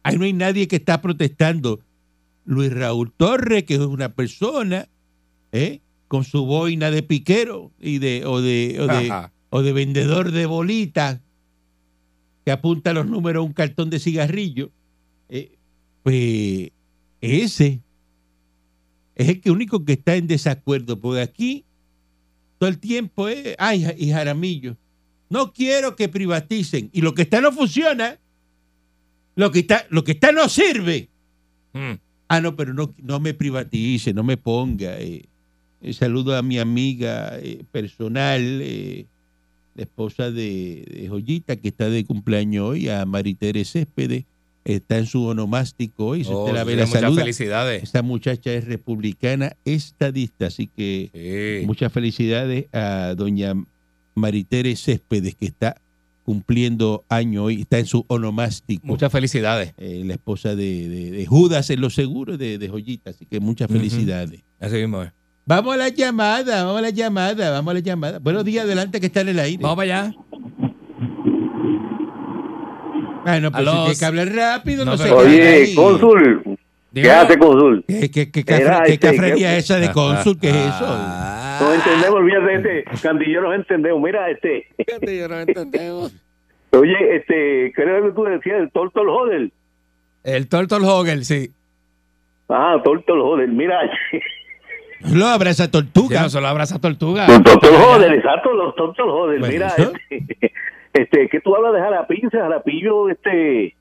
S4: Ahí no hay nadie que está protestando. Luis Raúl Torres, que es una persona, ¿eh? con su boina de piquero y de, o, de, o, de,
S5: Ajá.
S4: o de vendedor de bolitas que apunta los números a un cartón de cigarrillo, eh, pues ese es el que único que está en desacuerdo, porque aquí todo el tiempo es, ay, y Jaramillo, no quiero que privaticen, y lo que está no funciona, lo que está, lo que está no sirve.
S5: Mm.
S4: Ah, no, pero no, no me privatice, no me ponga. eh. Eh, saludo a mi amiga eh, personal, eh, la esposa de, de Joyita, que está de cumpleaños hoy, a Maritere Céspedes. Está en su onomástico hoy. Si
S5: Oh,
S4: usted la ve, la
S5: muchas
S4: saluda.
S5: felicidades.
S4: Esta muchacha es republicana estadista, así que
S5: Sí.
S4: muchas felicidades a doña Maritere Céspedes, que está cumpliendo año hoy, está en su onomástico
S5: Muchas felicidades.
S4: eh, la esposa de, de- de Judas en los seguros de, de Joyita. Así que muchas
S5: Ujú.
S4: felicidades.
S5: Así mismo es.
S4: Vamos a la llamada, vamos a la llamada, vamos a la llamada. Buenos días, adelante que está en el aire.
S5: Vamos para allá.
S4: Ah, no, pero
S5: Aló.
S4: si tiene que hablar rápido, no,
S5: No,
S4: se
S5: pero-
S4: quede
S6: Oye,
S4: ahí.
S6: cónsul, ¿qué
S5: Dímelo.
S6: hace cónsul?
S4: ¿Qué, qué, qué,
S6: Era,
S4: cafre- qué
S6: este,
S4: cafrería
S6: que-
S4: esa de cónsul? ¿Qué es eso?
S5: Ah.
S6: No entendemos, olvídate de este, Candillo no entendemos. Mira, este, oye, este, creo que tú decías el Tortol Hodel.
S5: El Tortol Hogel, sí.
S6: Ah, Tortol Hodel, mira.
S4: Lo abra esa
S5: Ya
S4: tortuga.
S5: no solo abraza tortuga.
S6: Los Tortol Hodel, exacto, los Tortol Hodel,
S4: Bueno,
S6: mira.
S4: Pues ¿eso?
S6: Este, este, que tú hablas de Jarapín, ese Jarapillo, este,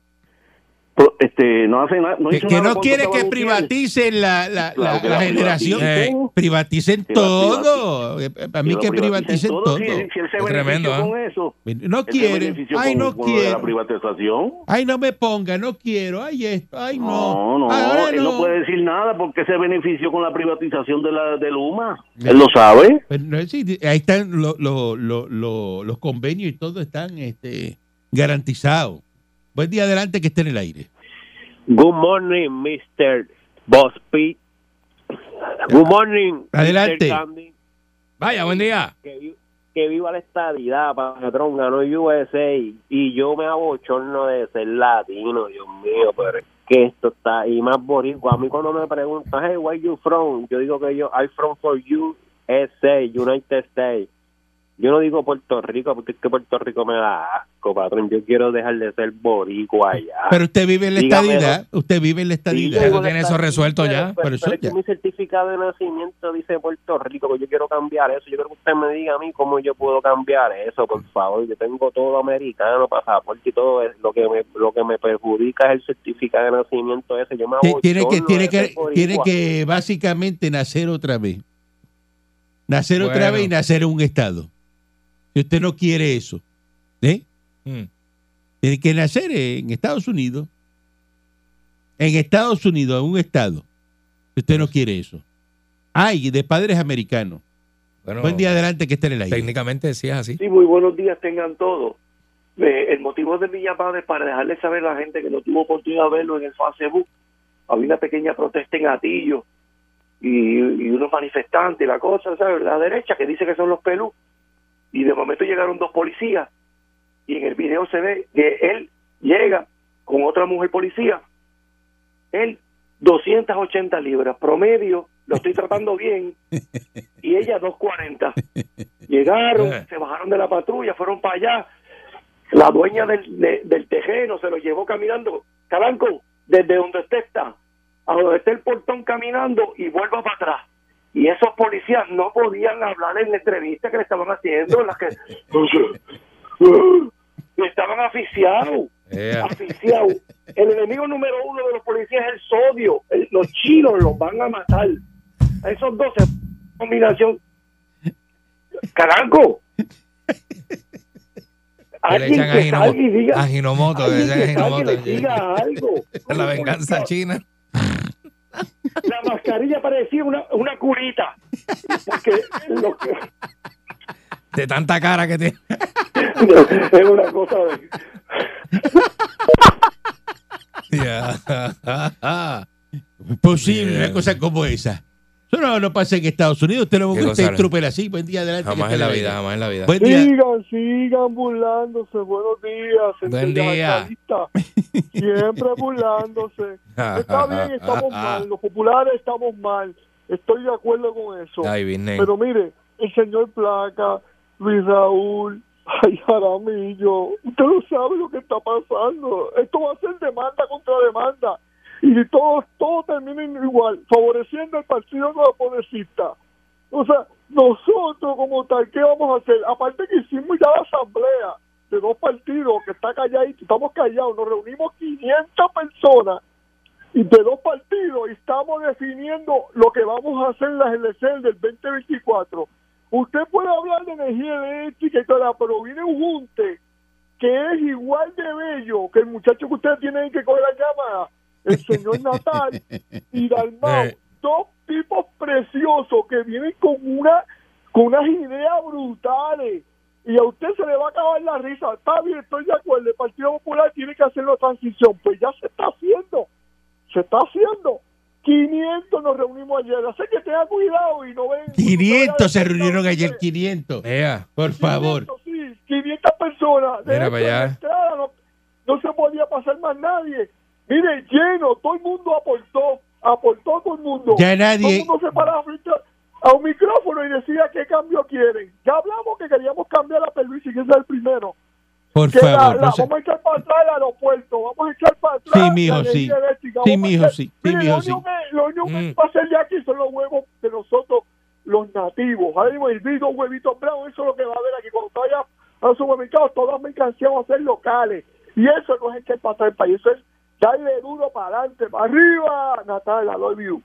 S6: pro- este, no hace nada.
S4: Que,
S6: hizo
S4: que
S6: nada
S4: no
S6: con
S4: quiere
S6: Gustavo
S4: que
S6: Gutiérrez.
S4: privaticen la, la, la-
S6: Claro que
S4: la
S6: la
S4: generación.
S6: privaticen.
S4: Eh, privaticen
S6: Priva-
S4: todo. Eh, Para mí
S6: lo
S4: que privaticen todo. ¿ah?
S6: Si, si él se
S5: Es
S6: benefició
S5: tremendo, ¿eh?
S6: con eso.
S4: No
S6: él se
S4: quiere.
S6: benefició
S4: Ay,
S6: con-
S4: no
S6: con lo de la
S4: quiere.
S6: privatización.
S4: Ay, no me ponga, no quiero, ay esto, ay no.
S6: No, no,
S4: Ahora
S6: él no puede decir nada porque se benefició con la privatización de la de Luma.
S4: Ya.
S6: Él lo sabe.
S4: Pero Pues, no es- sí, ahí están lo- lo- lo- lo- los convenios y todo están este, garantizados. Buen día adelante que esté en el aire.
S7: Good morning, Mr. Boss Pete. Good morning,
S4: Adelante.
S7: Mr. Candy.
S5: Vaya, buen día.
S7: Que, vi- que viva la estadidad, patrón. Ganó USA y yo me abochorno de ser latino, Dios mío, pero es que esto está y más boricua. A mí cuando me preguntan, hey, where you from? Yo digo que yo, I'm from for you, USA, United States. Yo no digo Puerto Rico porque es que Puerto Rico me da asco, patrón. Yo quiero dejar de ser boricua
S6: Ah,
S7: allá.
S4: Pero usted vive en la
S7: Dígame,
S4: estadidad, usted vive en la
S5: Sí,
S4: estadidad.
S5: tú tienes eso resuelto ya,
S4: por
S7: Pero,
S4: eso
S7: pero es que
S4: ya.
S7: mi certificado de nacimiento dice Puerto Rico, que yo quiero cambiar eso. Yo creo que usted me diga a mí cómo yo puedo cambiar eso, por favor. Yo tengo todo americano, pasaporte y todo. eso. Lo que me, lo que me perjudica es el certificado de nacimiento ese. Yo me
S4: Ti- Tiene que,
S7: abochorno
S4: tiene
S7: de
S4: que,
S7: ser boricua.
S4: tiene que básicamente nacer otra vez. Nacer otra
S5: Bueno.
S4: vez y nacer en un estado. Si usted no quiere eso, ¿eh?
S5: Mm.
S4: Tiene que nacer en Estados Unidos. En Estados Unidos, en un estado. Usted no quiere eso. Ay, de padres americanos.
S5: Bueno,
S4: Buen día adelante que esté en el aire.
S5: técnicamente sí es así.
S8: Sí, muy buenos días tengan todos. Eh, el motivo de mi llamada es para dejarle saber a la gente que no tuvo oportunidad de verlo en el Facebook. Había una pequeña protesta en Gatillo y, y unos manifestantes, y la cosa, ¿sabes? La derecha que dice que son los pelú. Y de momento llegaron dos policías y en el video se ve que él llega con otra mujer policía. Él, 280 libras, promedio, lo estoy tratando bien, y ella 240. Llegaron, se bajaron de la patrulla, fueron para allá. La dueña del, de- del tejeno se lo llevó caminando. Calanco, desde donde usted está, a donde está el portón caminando y vuelva para atrás. Y esos policías no podían hablar en la entrevista que le estaban haciendo, en las que estaban asfixiados
S5: Yeah.
S8: asfixiado. El enemigo número uno de los policías es el sodio. El- los chinos los van a matar. A Esos dos se- combinación. Caranco.
S5: Que le
S8: Alguien
S5: echan a
S8: que salga y
S5: Ginomoto. A Ginomoto. que
S8: diga,
S5: le
S8: alguien
S5: echan a
S8: que salga y
S5: Ginomoto.
S8: le diga algo.
S5: Es La venganza china.
S8: La mascarilla parecía una, una curita. Porque lo que,
S5: De tanta cara que tiene.
S8: es una cosa de...
S5: Yeah.
S4: Posible
S5: Bien. Ah.
S4: una cosa como esa. Eso no, no pasa en Estados Unidos. Usted lo
S5: Qué
S4: busca, usted
S5: cosa,
S4: es trooper así. Buen día, adelante. que
S5: Jamás en
S4: esté
S5: la
S4: al
S5: vida,
S4: aire.
S5: jamás en la vida.
S4: Buen día.
S9: Sigan, sigan burlándose. Buenos días.
S5: Buen día.
S9: sindicalistas. Siempre burlándose. Está bien, estamos
S5: Ah,
S9: mal. Los populares estamos mal. Estoy de acuerdo con eso.
S5: Ay, Disney.
S9: Pero mire, el señor Placa, Luis Raúl, ay, Jaramillo, usted no sabe lo que está pasando. Esto va a ser demanda contra demanda. Y todo, todo termina igual, favoreciendo al partido no progresista. O sea, nosotros como tal, ¿qué vamos a hacer? Aparte que hicimos ya la asamblea de dos partidos que está calladito, estamos callados, nos reunimos 500 personas y de dos partidos y estamos definiendo lo que vamos a hacer en las elecciones del 2024. Usted puede hablar de energía eléctrica y toda, pero viene un junte que es igual de bello que el muchacho que ustedes tienen ahí que coge la llamada, el señor Natal y Dalmau,
S5: Eh.
S9: dos tipos preciosos que vienen con una con unas ideas brutales y a usted se le va a acabar la risa. Está bien, estoy de acuerdo, el Partido Popular tiene que hacer la transición, pues ya se está haciendo se está haciendo. 500 nos reunimos ayer. Así que tenga cuidado y no ven.
S4: 500 se reunieron ayer, 500.
S5: Vea,
S4: Por favor.
S9: 500, sí, 500 personas. De
S5: Mira
S9: hecho,
S5: para allá.
S9: en la entrada no, no se podía pasar más nadie. Mire, lleno, todo el mundo aportó, aportó todo el mundo.
S4: Ya
S9: Todo el
S4: nadie.
S9: mundo se paraba frente a un micrófono y decía qué cambio quieren. Ya hablamos que queríamos cambiar a Peluisi, que ese es el primero.
S4: Por
S9: Que la-
S4: favor.
S9: la-
S4: no se-
S9: vamos a echar para atrás el aeropuerto, vamos a echar para atrás.
S4: Sí, mijo,
S9: la
S4: sí.
S9: energía eléctrica,
S4: Sí,
S9: vamos a
S4: mijo,
S9: echar-
S4: sí. Sí,
S9: Mire,
S4: mijo,
S9: lo
S4: sí.
S9: único que- Lo único
S5: Mm.
S9: que va a hacer de aquí son los huevos de nosotros, los nativos. Ahí me invito huevitos bravos, eso es lo que va a haber aquí. Cuando vaya al supermercado, todas las mercancías van a ser locales. Y eso no es echar para atrás el país, eso es darle duro para adelante, para arriba, Natalia, love you.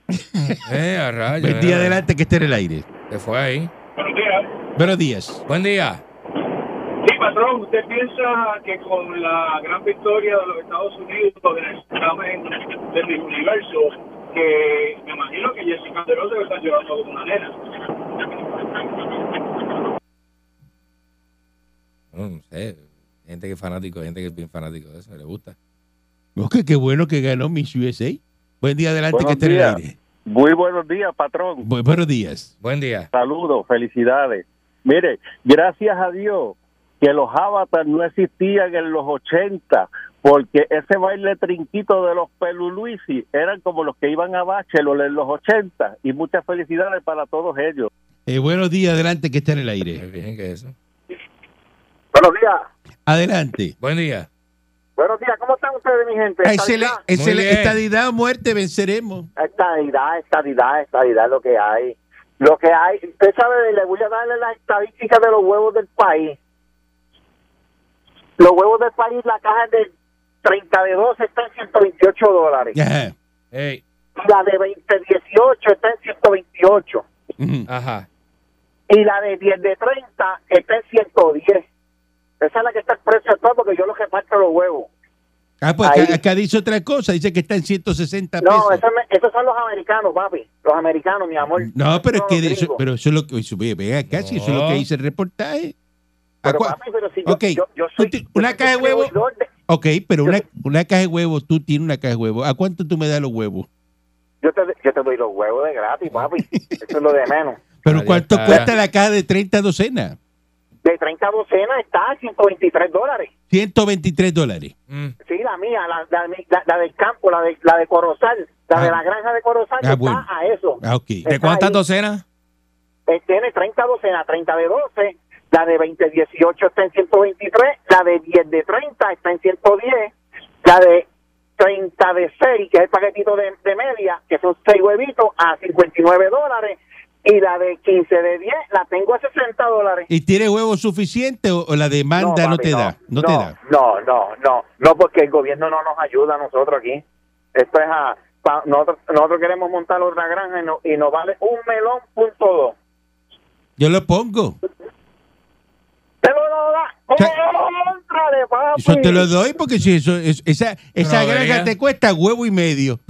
S5: eh, a rayos,
S4: Buen
S5: nena.
S4: día, adelante, que esté en el aire.
S5: Se fue ahí.
S4: Buenos días.
S5: Buen día.
S8: Sí, patrón, ¿usted piensa que con la gran victoria de los Estados Unidos en el examen del Miss universo, que me imagino que Jessica Calderón se lo está llevando como una nena?
S5: No, no sé. Gente que es fanático, gente que es bien fanático de eso, le gusta.
S4: Ok, qué bueno que ganó Miss USA. Buen día, adelante,
S10: Buenos
S4: que esté en
S10: días.
S4: el aire.
S10: Muy buenos días, patrón.
S4: Bu- buenos días.
S5: Buen día.
S10: Saludos, felicidades. Mire, gracias a Dios que los avatars no existían en los 80, porque ese baile trinquito de los peluluisi eran como los que iban a Bachelor en los 80, y muchas felicidades para todos ellos.
S4: Eh, buenos días, adelante, que esté en el
S5: Qué
S4: aire.
S5: bien que es eso.
S8: Buenos días.
S4: Adelante.
S5: Buen día.
S8: Buenos días, ¿cómo están ustedes, mi gente?
S4: Excelente,
S5: bien.
S4: eh, estadidad o muerte, venceremos.
S8: Estadidad, estadidad, estadidad, lo que hay. Lo que hay, usted sabe, le voy a darle las estadísticas de los huevos del país. Los huevos del país, la caja de 30 de 12 está en 128 dólares.
S4: Ajá.
S5: Ey,
S8: La de 2018 está en 128.
S4: Ujú.
S5: ajá.
S8: Y la de 10 de 30 está en 110. Esa es la que está el precio actual porque yo lo reparto los huevos.
S4: Ah, pues acá,
S8: Ahí.
S4: acá dice otra cosa, dice que está en 160 pesos.
S8: No, eso me- esos son los americanos, papi. Los americanos, mi amor.
S4: No, pero es
S8: Son
S4: que
S8: los
S4: de eso,
S8: gringos.
S4: pero eso es lo que eso- ve- ve acá, si eso es lo que
S5: No.
S4: dice el reportaje. ¿A
S8: Pero,
S4: cuál?
S8: papi, pero si yo-
S4: Ok,
S8: yo, yo soy-
S4: conti- una
S8: yo soy
S4: caja de huevo.
S8: distribuidor de-
S4: Ok, pero una, una caja de huevos, tú tienes una caja de huevos. ¿A cuánto tú me das los huevos?
S8: Yo te, yo te doy los huevos de gratis, papi. Eso es lo de menos.
S4: Pero
S5: Ahí
S4: ¿cuánto
S5: está.
S4: cuesta la caja de 30 docenas?
S8: De 30 docenas está a 123 dólares.
S4: 123 dólares.
S5: Mm.
S8: Sí, la mía, la, la, la- la del campo, la de, la de Corozal, la
S4: Ah.
S8: de la granja de Corozal,
S4: Ah,
S8: está
S4: bueno.
S8: a eso.
S4: Ah, ok.
S5: ¿De cuántas docenas?
S8: Eh, tiene 30 docenas, 30 de 12, la de 20 18 está en 123, la de 10 de 30 está en 110, la de 30 de 6, que es el paquetito de, de media, que son 6 huevitos, a 59 dólares, y la de 15 de 10 la tengo a 60 dólares.
S4: ¿Y tienes huevos suficientes o, o la demanda no,
S8: papi,
S4: te da? No, te da.
S8: No, no, no, no, porque el gobierno no nos ayuda a nosotros aquí. Esto es a. pa- nosotros, nosotros queremos montar otra granja y, no- y nos vale un melón punto dos.
S4: Yo lo pongo.
S8: Te lo da,
S4: Sí.
S8: ¡Contrale, papi!
S4: Eso te lo doy porque si eso, es- esa, esa
S5: No,
S4: granja
S5: vea.
S4: te cuesta huevo y medio.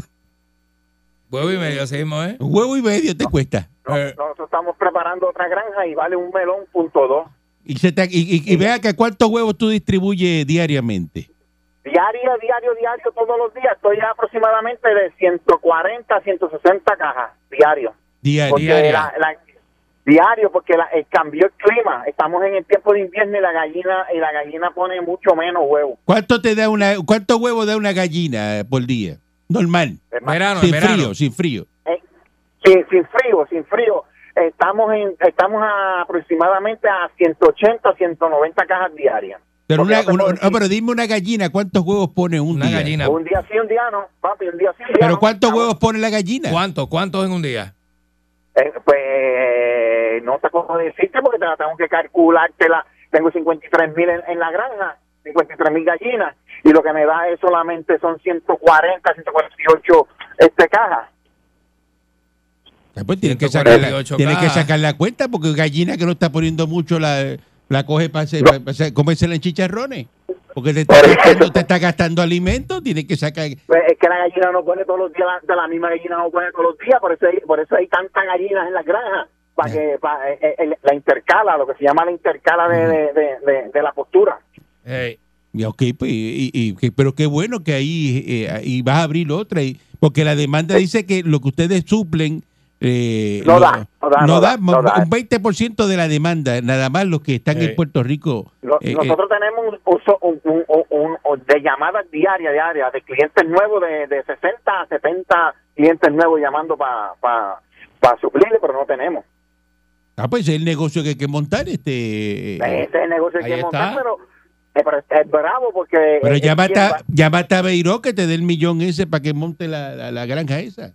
S5: Huevo y medio, así mismo, ¿eh?
S4: Huevo y medio te cuesta.
S8: No,
S5: Eh.
S8: Nosotros estamos preparando otra granja y vale un melón punto dos.
S4: Y, se te- y, y- y vea que cuántos huevos tú distribuyes diariamente.
S8: Diario, diario, diario, todos los días. Estoy a aproximadamente de 140 a 160 cajas diario.
S4: Dia-
S9: Porque
S4: Eh, diaria.
S9: la- la- diario, porque la- eh, cambió el clima. Estamos en el tiempo de invierno y la gallina y la gallina pone mucho menos huevos.
S4: ¿Cuánto te da una, cuánto huevo da una gallina eh, por día? Normal.
S9: Es más,
S5: Verano,
S4: sin
S5: verano.
S4: frío, sin frío.
S9: eh, sin, sin frío, sin frío. Estamos en estamos a aproximadamente a 180, 190 cajas diarias.
S4: Pero,
S9: Porque
S4: una,
S9: no te
S4: una-
S9: puedo
S4: no,
S9: decir-
S4: pero dime una gallina, ¿cuántos huevos pone un
S5: Una
S4: día?
S5: gallina.
S9: Un día sí, un día no, papi, un día sí, un día
S4: ¿Pero
S9: no.
S4: cuántos
S9: Estamos-
S4: huevos pone la gallina?
S5: ¿Cuántos? ¿Cuántos en un día?
S9: Eh, pues no te puedo decirte porque te la tengo que calculártela. Tengo 53 mil en, en la granja, 53 mil gallinas, y lo que me da es solamente son 140, 148 este cajas.
S4: Ah, pues tienes, que sacar la,
S5: 148K.
S4: tienes que sacar la cuenta porque gallina que no está poniendo mucho la, la coge para hacer, para hacer- comérsela en chicharrones. Porque te está,
S9: Por eso.
S4: gastando, te está gastando alimento, tienes que sacar...
S9: Pues, es que la gallina no pone todos los días, la, de la misma gallina no pone todos los días, por eso hay, por eso hay tantas gallinas en las granjas, para que pa- eh, eh, el- la intercala, lo que se llama la intercala de, de, de- de- de la postura.
S5: Ey,
S4: Ya, ok, pues, y- y- y que- pero qué bueno que ahí eh, y vas a abrir otra, y- porque la demanda dice que lo que ustedes suplen eh,
S9: No
S4: lo-
S9: da, no da, no da,
S4: mo-
S9: no da.
S4: un 20% de la demanda, nada más los que están
S5: Eh.
S4: en Puerto Rico.
S9: Lo-
S4: eh, eh,
S9: nosotros tenemos un, uso- un- un- un- un- un- de llamadas diarias, diarias, de clientes nuevos, de, de 60 a 70 clientes nuevos llamando para pa, pa suplirle, pero no tenemos.
S4: ah, pues es el negocio que hay que montar. este eh,
S9: Ese es el negocio
S5: ahí
S9: que
S5: está.
S9: montar, pero, eh, pero es bravo porque...
S4: Pero
S9: eh,
S4: llámate
S9: eh,
S4: a, llámate a Beiró que te dé el millón ese para que monte la, la- la granja esa.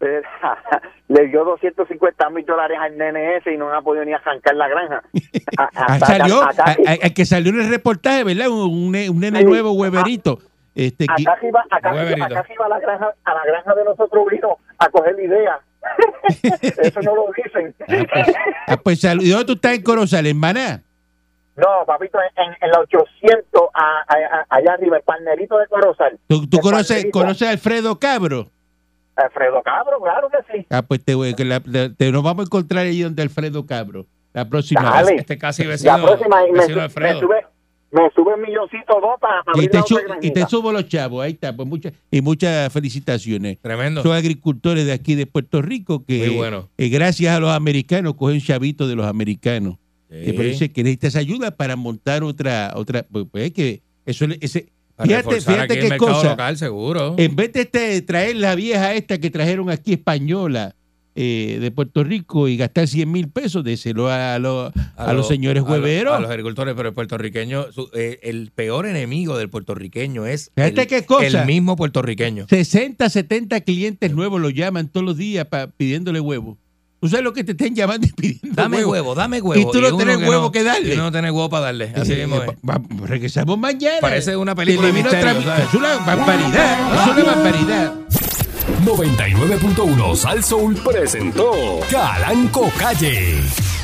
S9: Eh, le dio 250 mil dólares al nene ese y no ha podido ni arrancar la granja. A-
S4: Ah,
S9: hasta-
S4: salió,
S9: hasta-
S4: a- a- a que salió en el reportaje, ¿verdad? Un, un ne- un nene
S9: Sí.
S4: nuevo, hueverito. Este,
S9: acá
S4: qui-
S9: se iba, acá
S5: Muy
S9: se iba-
S5: bonito.
S9: acá se iba a la granja, a la granja de nosotros vino a coger la idea. Eso no lo dicen.
S4: ah, pues, ah, pues, sal- ¿Y dónde tú estás en Corozal, en Maná?
S9: No, papito, en, en la 800, a- a- a- allá arriba, el palmerito de Corozal.
S4: ¿Tú, tú
S9: El
S4: conoces,
S9: palmerito.
S4: conoces a Alfredo Cabro?
S9: Alfredo Cabro, claro que sí.
S4: Ah, pues te, voy- que la- la- te- nos vamos a encontrar allí donde Alfredo Cabro. La próxima
S9: Dale.
S4: vez.
S5: este casi vecino.
S9: La próxima, y me,
S5: vecino
S9: su-
S5: de
S9: me
S5: Fredo.
S9: sube, me sube un milloncito o dos para
S4: Y
S9: abrir
S4: te,
S9: la
S4: su-
S9: otra
S4: y te
S9: granjita.
S4: subo los chavos, ahí está. Pues muchas, y muchas felicitaciones.
S5: Tremendo.
S4: Son agricultores de aquí de Puerto Rico que
S5: Muy bueno.
S4: eh, gracias a los americanos cogen chavitos de los americanos.
S5: Sí.
S4: Eh, pero dice que necesitas ayuda para montar otra, otra, pues, pues, es que eso le- ese,
S5: Para
S4: fíjate,
S5: reforzar
S4: fíjate
S5: aquí el
S4: qué
S5: mercado
S4: cosa.
S5: local, seguro.
S4: En vez de este- traer la vieja esta que trajeron aquí española eh, de Puerto Rico y gastar 100 mil pesos, déselo a, los- a los señores
S5: a los-
S4: hueveros.
S5: A los agricultores, pero el puertorriqueño, su- eh, el peor enemigo del puertorriqueño es
S4: Fíjate
S5: el,
S4: qué cosa.
S5: el mismo puertorriqueño.
S4: 60, 70 clientes nuevos lo llaman todos los días pa- pidiéndole huevo. ¿Tú sabes lo que te estén llamando y pidiendo
S5: Dame huevo,
S4: huevo?
S5: dame huevo.
S4: Y tú no
S5: uno
S4: tenés huevo que darle.
S5: y uno no tenés huevo para darle. Así
S4: Eh,
S5: mismo
S4: eh,
S5: es.
S4: va- va- regresamos mañana.
S5: Parece una película de
S4: Televino
S5: misterio,
S4: otra-
S5: ¿sabes?
S4: Es una barbaridad. Es una barbaridad.
S1: 99.1 Sal Soul presentó Calanco Calle.